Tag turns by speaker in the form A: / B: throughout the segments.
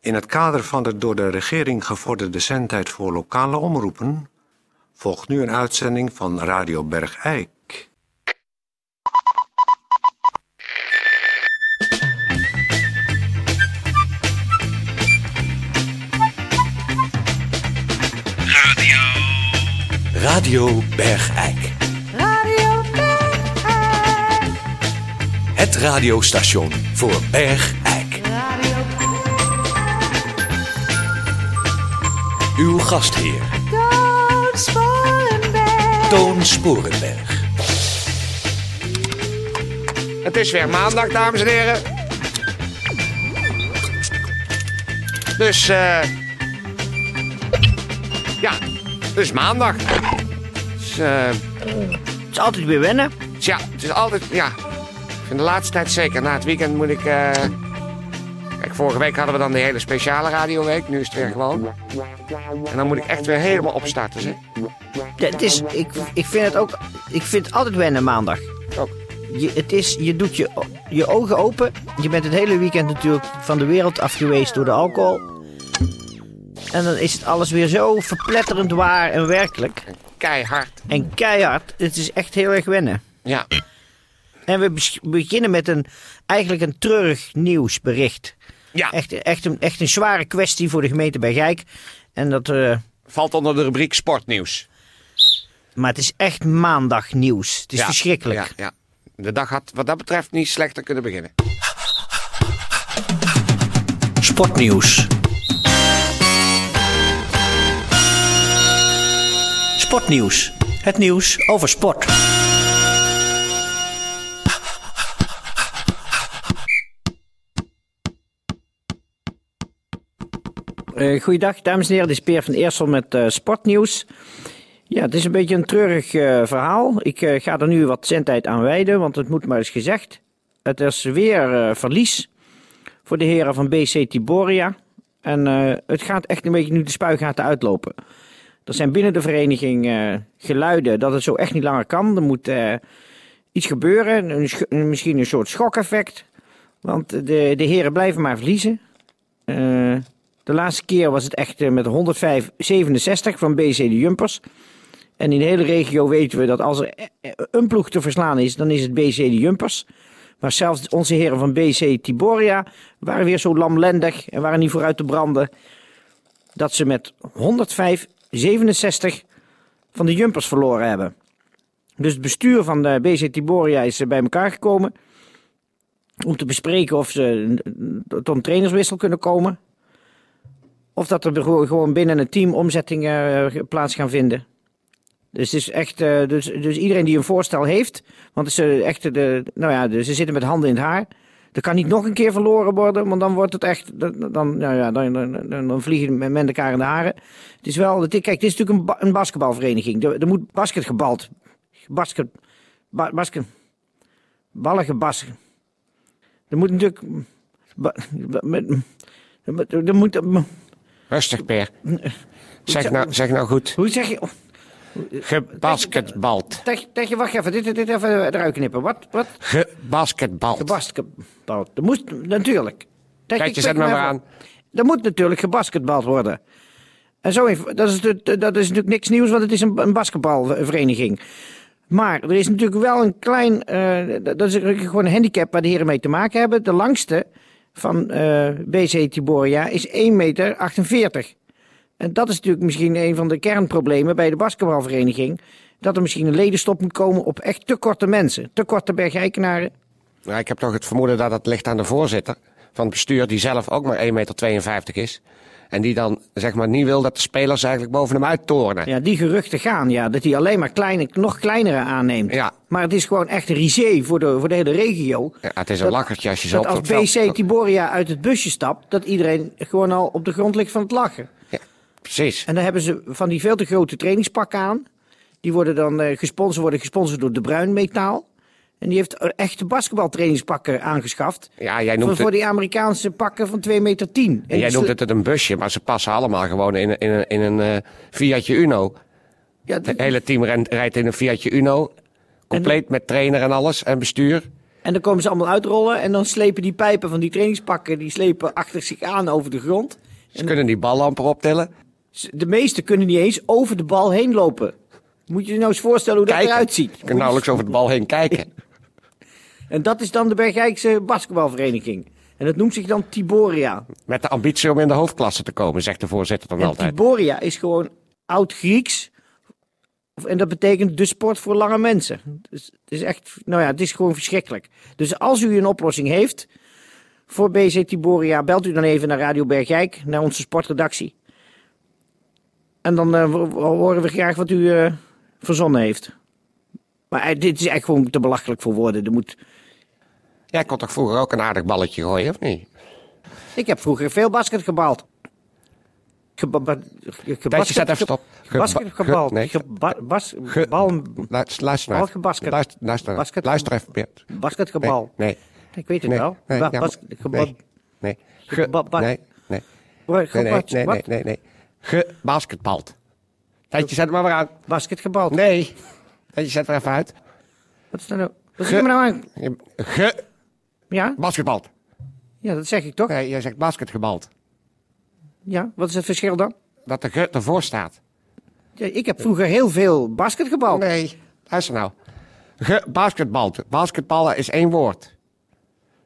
A: In het kader van de door de regering gevorderde zendtijd voor lokale omroepen volgt nu een uitzending van Radio Bergijk.
B: Radio Bergijk.
C: Radio Bergijk.
B: Het radiostation voor Bergijk.
C: Radio
B: Uw gastheer
C: Toon Sporenberg.
B: Toon Sporenberg.
D: Het is weer maandag, dames en heren. Dus, eh. ja, het is maandag. Het is, eh,
E: Het is altijd weer wennen.
D: tja, het is altijd, ja. Ik vind de laatste tijd zeker. Na het weekend moet ik. eh, Kijk, vorige week hadden we dan die hele speciale radioweek. Nu is het weer gewoon. En dan moet ik echt weer helemaal opstarten, zeg.
E: Ja, Het is, ik, ik vind het ook. Ik vind het altijd wennen maandag.
D: Ook.
E: Je, het is, je doet je, o- je ogen open. Je bent het hele weekend natuurlijk van de wereld af geweest door de alcohol. En dan is het alles weer zo verpletterend waar en werkelijk.
D: Keihard.
E: En keihard. Het is echt heel erg wennen.
D: Ja.
E: En we bes- beginnen met een, eigenlijk een treurig nieuwsbericht.
D: Ja.
E: Echt, echt, een, echt een zware kwestie voor de gemeente Bergijk. En dat, eh,
D: Valt onder de rubriek sportnieuws.
E: maar het is echt maandagnieuws. Het is
D: Ja,
E: verschrikkelijk.
D: Ja, ja. De dag had wat dat betreft niet slechter kunnen beginnen.
B: Sportnieuws. Sportnieuws. Het nieuws over sport.
E: Eh, goeiedag, dames en heren. Dit is Peer van Eersel met eh, Sportnieuws. Ja, het is een beetje een treurig eh, verhaal. Ik eh, ga er nu wat zendtijd aan wijden, want het moet maar eens gezegd. Het is weer eh, verlies voor de heren van BC Tiboria. En eh, het gaat echt een beetje nu de spuigaten uitlopen. Er zijn binnen de vereniging eh, geluiden dat het zo echt niet langer kan. Er moet eh, iets gebeuren, een sch- misschien een soort schokeffect. Want de, de heren blijven maar verliezen. Eh, de laatste keer was het echt eh, met 105-67 van BC de Jumpers. En in de hele regio weten we dat als er eh, eh, een ploeg te verslaan is, dan is het BC de Jumpers. Maar zelfs onze heren van BC Tiboria waren weer zo lamlendig en waren niet vooruit te branden. Dat ze met 105-67 van de Jumpers verloren hebben. Dus het bestuur van de BC Tiboria is eh, bij elkaar gekomen. Om te bespreken of ze eh, tot een trainerswissel kunnen komen. Of dat er gewoon gewoon binnen het team omzettingen eh, plaats gaan vinden. Dus, het is echt, eh, dus, dus iedereen die een voorstel heeft. Want ze, echt de, nou ja, dus ze zitten met handen in het haar. Er kan niet nog een keer verloren worden, want dan wordt het echt. Dan, dan, nou ja, dan, dan, dan, dan vliegen men met elkaar in de haren. Het is wel. het is- Kijk, dit is natuurlijk een, ba- een basketbalvereniging. Er, er moet basket gebald. Basket. ba- basket. Ballen gebasket. Er moet natuurlijk. ba- ba- met- met- Er moet.
D: Rustig, Peer. Zeg nou, zeg nou goed.
E: Hoe zeg je. oh,
D: Gebasketbald.
E: Teg, teg, wacht even, dit, dit even eruit knippen. Wat? Wat?
D: Gebasketbald.
E: Gebasketbald. Dat moest natuurlijk. Teg,
D: Kijk,
E: ik
D: je
E: pik
D: zet me
E: hem
D: maar
E: even
D: aan.
E: op. Er moet natuurlijk gebasketbald worden. En zo, heeft- dat is, de- dat is natuurlijk niks nieuws, want het is een, een basketbalvereniging. Maar er is natuurlijk wel een klein, eh, dat dat is gewoon een handicap waar de heren mee te maken hebben. De langste van eh, BC Tiboria is 1,48 meter. En dat is natuurlijk misschien een van de kernproblemen bij de basketbalvereniging. Dat er misschien een ledenstop moet komen op echt te korte mensen. Te korte bergijkenaren.
D: Ja, ik heb toch het vermoeden dat dat ligt aan de voorzitter van het bestuur, die zelf ook maar 1,52 meter is. En die dan zeg maar niet wil dat de spelers eigenlijk boven hem uittorenen.
E: Ja, die geruchten gaan, ja. Dat hij alleen maar kleine, nog kleinere aanneemt.
D: Ja.
E: Maar het is gewoon echt een risé voor de, voor de hele regio.
D: Ja, het is een lachertje als je zo
E: Dat
D: op
E: als
D: het veld-
E: BC Tiboria uit het busje stapt, dat iedereen gewoon al op de grond ligt van het lachen.
D: Ja, precies.
E: En dan hebben ze van die veel te grote trainingspakken aan. Die worden dan eh, gesponsord, worden gesponsord door De Bruin Metaal. En die heeft er echte basketbaltrainingspakken aangeschaft.
D: Ja, jij
E: voor,
D: noemt
E: voor dus
D: het,
E: die Amerikaanse pakken van 2,10 meter.
D: en jij noemt het een busje, maar ze passen allemaal gewoon in, een- in een, in een eh, Fiatje Uno.
E: Ja,
D: Het hele team rent- rijdt in een Fiatje Uno. Compleet met trainer en alles en bestuur.
E: En dan komen ze allemaal uitrollen. En dan slepen die pijpen van die trainingspakken, die slepen achter zich aan over de grond.
F: Ze kunnen die ballamper optillen.
E: Ze- De meesten kunnen niet eens over de bal heen lopen. Moet je je nou eens voorstellen hoe dat
F: Kijken.
E: eruit ziet.
F: Je kunt nauwelijks over de bal heen kijken.
E: En dat is dan de Bergijkse basketbalvereniging. En dat noemt zich dan Tiboria.
F: Met de ambitie om in de hoofdklasse te komen, zegt de voorzitter dan
E: En
F: altijd.
E: Tiboria is gewoon oud-Grieks. Of- En dat betekent de sport voor lange mensen. Dus het is echt, nou ja, het is gewoon verschrikkelijk. Dus als u een oplossing heeft voor BC Tiboria, belt u dan even naar Radio Bergijk, naar onze sportredactie. En dan eh, ho- ho- horen we graag wat u eh, verzonnen heeft. Maar eh, dit is echt gewoon te belachelijk voor woorden. Er moet,
F: Jij kon toch vroeger ook een aardig balletje gooien, of niet?
E: Ik heb vroeger veel basket gebald. Geba ba- ge- gebasket-
F: zet even stop. Geba-
E: Gebasket gebald.
F: ge- nee.
E: Geba- bas-
F: Ge-
E: bal-
F: Luister, luister nou.
E: Balgebasket.
F: Luister, luister, nou.
E: Basket-
F: luister even. Peert.
E: Basketgebal.
F: Nee.
E: Ik weet het
F: Nee.
E: wel.
F: Nee.
E: Ba-
F: ja,
E: bas-
F: maar-
E: geba-
F: nee. Nee. Ge-
E: Ba- ba-
F: nee. Nee.
E: Wa-
F: Nee, nee,
E: gebats-
F: nee, nee,
E: wat?
F: nee, nee. Gebasketbald. Tijdje, zet hem maar weer aan.
E: Basketgebald.
F: Nee. Tijdje, zet er even uit.
E: Wat is dat nou? Wat
F: Ge-
E: zeg je me nou aan? Ja?
F: Gebasketbald.
E: ja, dat zeg ik toch?
F: Nee, jij zegt basketgebald.
E: Ja, wat is het verschil dan?
F: Dat de ge ervoor staat.
E: Ja, ik heb vroeger heel veel basketgebald.
F: Nee. Luister nou. Gebasketbald. Basketballen is één woord.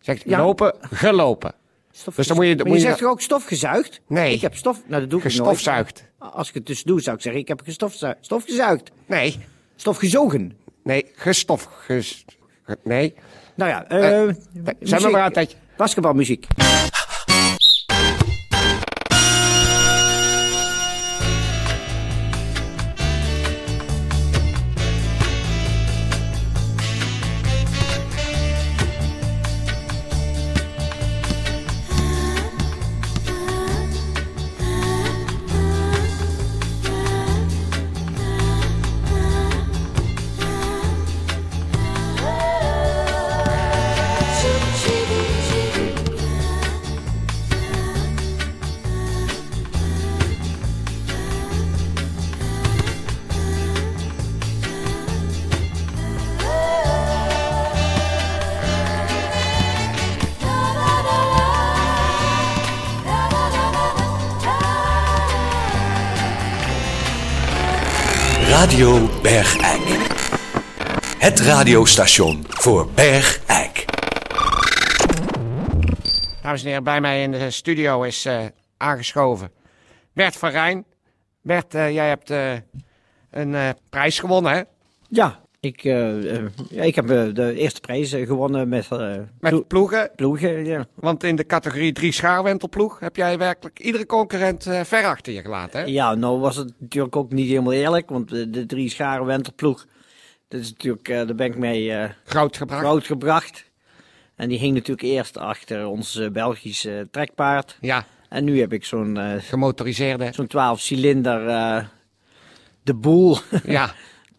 F: Zegt
E: Ja.
F: lopen, gelopen.
E: Stof-
F: Dus dan moet je-
E: Maar
F: moet je-
E: zegt toch ook stofgezuigd?
F: Nee.
E: Ik heb stof... Nou, dat doe ik nooit.
F: Gestofzuigd.
E: Als ik het dus doe, zou ik zeggen, ik heb gestofzuigd. Stofgezuigd.
F: Nee.
E: Stofgezogen.
F: Nee, gestof. Ges, ge- nee.
E: Nou ja, eh.
F: Eh,
E: muziek.
F: zijn we maar aan het tijdje.
E: Basketbalmuziek.
G: Radio Bergijk. Het radiostation voor Bergijk.
F: Dames en heren, bij mij in de studio is eh, aangeschoven Bert van Rijn. Bert, eh, jij hebt eh, een eh, prijs gewonnen, hè?
E: Ja, ik, eh, eh, ja, ik heb eh, de eerste prijs eh, gewonnen met eh
F: Met
E: plo-
F: ploegen.
E: ploegen. Ja.
F: Want in de categorie 3 schaarwentelploeg heb jij werkelijk iedere concurrent eh, ver achter je gelaten, hè?
E: ja, nou was het natuurlijk ook niet helemaal eerlijk, want de, de drie scharen wenterploeg, dat is natuurlijk, eh, daar ben ik mee eh,
F: Groot gebracht.
E: groot gebracht. En die hing natuurlijk eerst achter ons eh, Belgische trekpaard.
F: Ja,
E: En nu heb ik zo'n eh,
F: gemotoriseerde.
E: zo'n 12-cilinder eh, de boel
F: ja,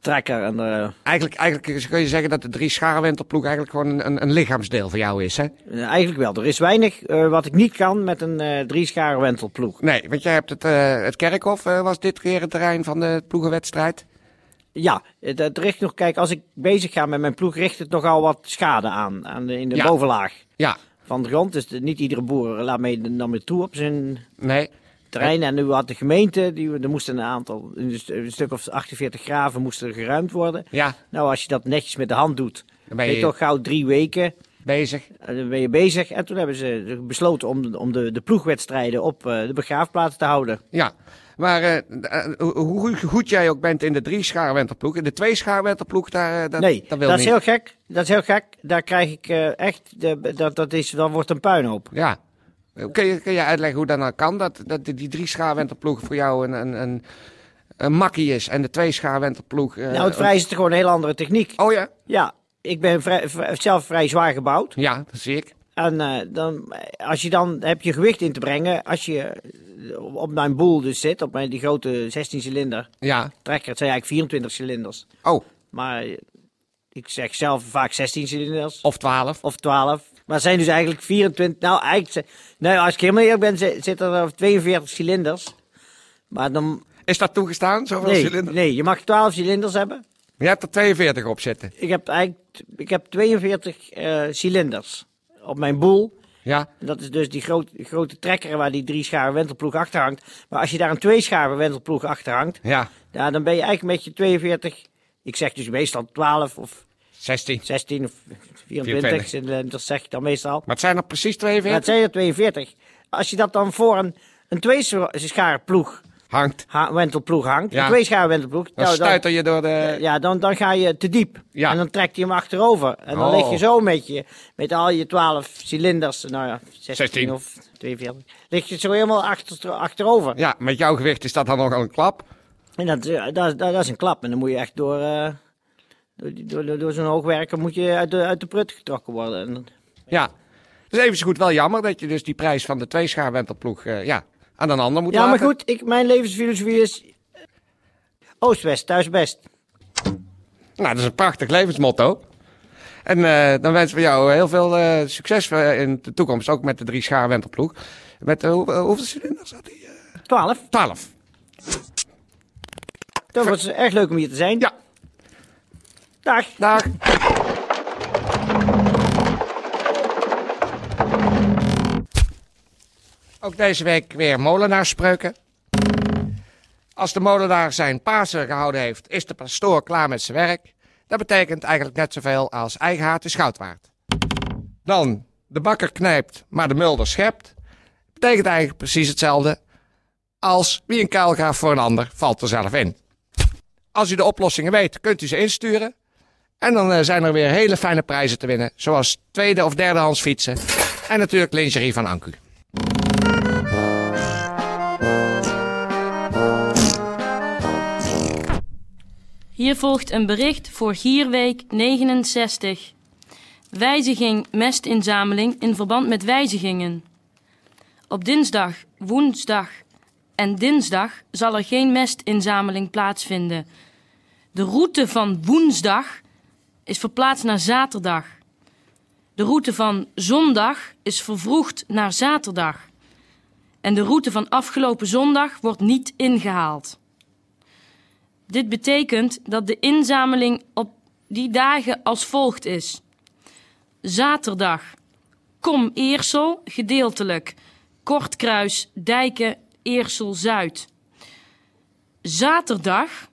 E: trekker. En, eh,
F: eigenlijk, eigenlijk kun je zeggen dat de 3 schaarwentelploeg eigenlijk gewoon een, een, een lichaamsdeel van jou is, hè?
E: eh, eigenlijk wel, er is weinig eh, wat ik niet kan met een eh drie scharen wentelploeg.
F: Nee, want jij hebt het, eh, het kerkhof, eh, was dit keer het terrein van de ploegenwedstrijd.
E: Ja, het, het richt nog, kijk, als ik bezig ga met mijn ploeg, richt het nogal wat schade aan, aan de, in de
F: Ja.
E: bovenlaag
F: Ja,
E: van de grond. Dus de- niet iedere boer laat mee dan mee toe op zijn
F: nee.
E: terrein. En nu had de gemeente, die, er moesten een aantal, een, st- een stuk of 48 graven moesten er geruimd worden.
F: Ja,
E: Nou, als je dat netjes met de hand doet,
F: Dan
E: dan
F: ben
E: ben
F: je-
E: je toch gauw drie weken
F: bezig.
E: en dan ben je bezig. En toen hebben ze besloten om, om de, de ploegwedstrijden op eh, de begraafplaats te houden.
F: Ja, maar eh, eh, hoe, hoe goed jij ook bent in de drie schaarwenterploeg, in de twee schaarwenterploeg, daar, eh, dat,
E: nee,
F: dat
E: dat,
F: wil
E: is
F: niet.
E: heel gek. Dat is heel gek. Daar krijg ik eh, echt, de, dat, dat, is, dat wordt een puinhoop.
F: Ja. Eh, Kun je, kun je uitleggen hoe dat nou kan, dat, dat die drie schaarwenterploeg voor jou een, een, een, een makkie is en de twee schaarwenterploeg... eh,
E: Nou, het vrij is gewoon een heel andere techniek.
F: een- Oh ja?
E: Ja, ik ben vrij, v- zelf vrij zwaar gebouwd.
F: Ja, dat zie ik.
E: En eh, dan, als je dan heb je gewicht in te brengen, als je eh, op- op mijn boel dus zit, op mijn, die grote 16-cilinder
F: Ja.
E: trekker, het zijn eigenlijk 24 cilinders.
F: Oh,
E: Maar eh, ik zeg zelf vaak 16 cilinders
F: of twaalf.
E: of 12. Maar het zijn dus eigenlijk 24. Nou, eigenlijk, zijn- nou als ik helemaal eerlijk ben, zi- zitten er 42 cilinders. Maar dan.
F: Is dat toegestaan, zoveel
E: Nee,
F: cilinder?
E: nee, je mag 12 cilinders hebben.
F: Je hebt er 42 op zitten.
E: Ik heb eigenlijk ik heb 42 eh, cilinders op mijn boel.
F: Ja,
E: En Dat is dus die groot- grote trekker waar die drie scharen wentelploeg achter hangt. Maar als je daar een twee scharen wentelploeg achter hangt,
F: ja.
E: ja, dan ben je eigenlijk met je 42, ik zeg dus meestal 12 of
F: 16.
E: 16 of 24
F: 24.
E: cilinders, zeg ik dan meestal.
F: Maar het zijn er precies
E: Maar het
F: 42.
E: zijn er 42. Als je dat dan voor een, een twee scharen ploeg,
F: Hangt.
E: ha- wentelploeg hangt,
F: Ja.
E: een twee scharen wentelploeg,
F: Dan
E: nou,
F: stuiter je door de...
E: ja, dan, dan ga je te diep.
F: Ja.
E: En dan trekt hij hem achterover. En dan
F: Oh.
E: lig je zo met je, met al je 12 cilinders, nou ja, 16,
F: 16.
E: of 42. Lig je zo helemaal achter, achterover.
F: Ja, met jouw gewicht is dat dan nogal een klap.
E: En dat, eh, dat, dat, dat is een klap. En dan moet je echt door, eh, door, die- door, door, door zo'n hoogwerker moet je uit de, uit de prut getrokken worden. En dan-
F: Ja. Dus even zo goed wel jammer dat je dus die prijs van de tweeschaarwentelploeg eh ja, aan een ander moet
E: ja,
F: laten.
E: maar goed, ik, mijn levensfilosofie is eh, Oost-West, thuis best.
F: Nou, dat is een prachtig levensmotto. En eh, dan wensen we jou heel veel eh, succes eh, in de toekomst. Ook met de drie schaarwentelploeg. Met eh, hoe- hoeveel cilinders had hij?
E: 12.
F: Twaalf.
E: Dat was erg leuk om hier te zijn.
F: Ja.
E: Dag.
F: Dag. Ook deze week weer molenaarspreuken. Als de molenaar zijn Pasen gehouden heeft, is de pastoor klaar met zijn werk. Dat betekent eigenlijk net zoveel als eigen haat is goud waard. Dan, de bakker knijpt, maar de mulder schept. Betekent eigenlijk precies hetzelfde als wie een kuil gaat voor een ander, valt er zelf in. Als u de oplossingen weet, kunt u ze insturen. En dan eh, zijn er weer hele fijne prijzen te winnen. Zoals tweede of derdehands fietsen. En natuurlijk lingerie van Anku.
H: Hier volgt een bericht voor Gierweek 69. Wijziging mestinzameling in verband met wijzigingen. Op dinsdag, woensdag en dinsdag zal er geen mestinzameling plaatsvinden. De route van woensdag is verplaatst naar zaterdag. De route van zondag is vervroegd naar zaterdag. En de route van afgelopen zondag wordt niet ingehaald. Dit betekent dat de inzameling op die dagen als volgt is. Zaterdag. Kom Eersel, gedeeltelijk. Kortkruis, Dijken, Eersel Zuid. Zaterdag.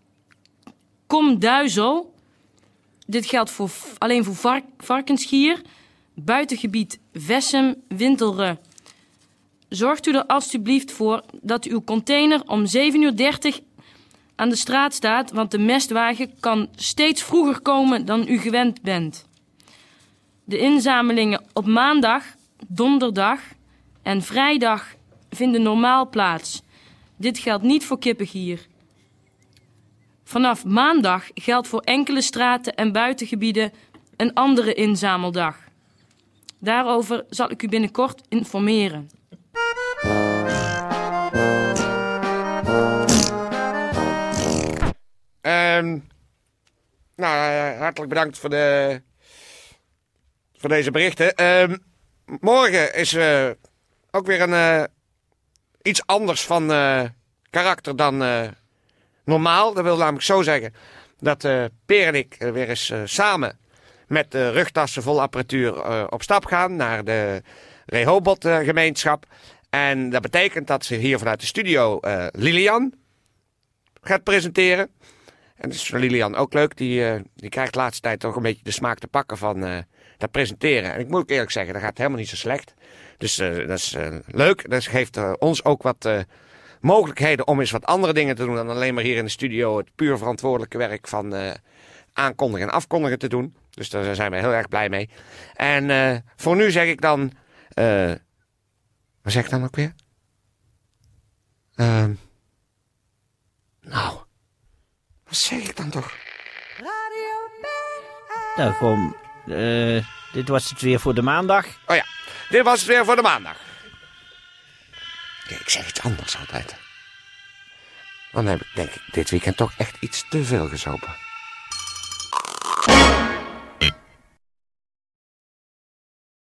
H: Kom Duizel. Dit geldt voor, v- alleen voor vark- Varkensgier. Buitengebied Vessem, Wintelre. Zorgt u er alstublieft voor dat uw container om 7.30 uur aan de straat staat, want de mestwagen kan steeds vroeger komen dan u gewend bent. De inzamelingen op maandag, donderdag en vrijdag vinden normaal plaats. Dit geldt niet voor kippengier. Vanaf maandag geldt voor enkele straten en buitengebieden een andere inzameldag. Daarover zal ik u binnenkort informeren.
D: Ehm, nou, eh, hartelijk bedankt voor, de, voor deze berichten. Ehm, morgen is eh, ook weer een, eh, iets anders van eh, karakter dan eh, normaal. Dat wil namelijk zo zeggen dat eh Peer en ik eh, weer eens eh, samen met eh, rugtassen vol apparatuur eh, op stap gaan naar de Rehoboth-gemeenschap. en dat betekent dat ze hier vanuit de studio eh, Lilian gaat presenteren. En dat is voor Lilian ook leuk. Die, eh, die krijgt de laatste tijd toch een beetje de smaak te pakken van eh, dat presenteren. En ik moet ook eerlijk zeggen, dat gaat helemaal niet zo slecht. Dus eh, dat is eh, leuk. Dat geeft eh, ons ook wat eh, mogelijkheden om eens wat andere dingen te doen. Dan alleen maar hier in de studio het puur verantwoordelijke werk van eh, aankondigen en afkondigen te doen. Dus daar zijn we heel erg blij mee. En eh, voor nu zeg ik dan. eh, wat zeg ik dan ook weer? Ehm, nou, wat zeg ik dan toch?
C: Radio Bergijk.
E: Nou, gewoon, eh, dit was het weer voor de maandag.
D: Oh ja, dit was het weer voor de maandag. Ja, ik zeg iets anders altijd. Dan heb ik denk ik dit weekend toch echt iets te veel gezopen.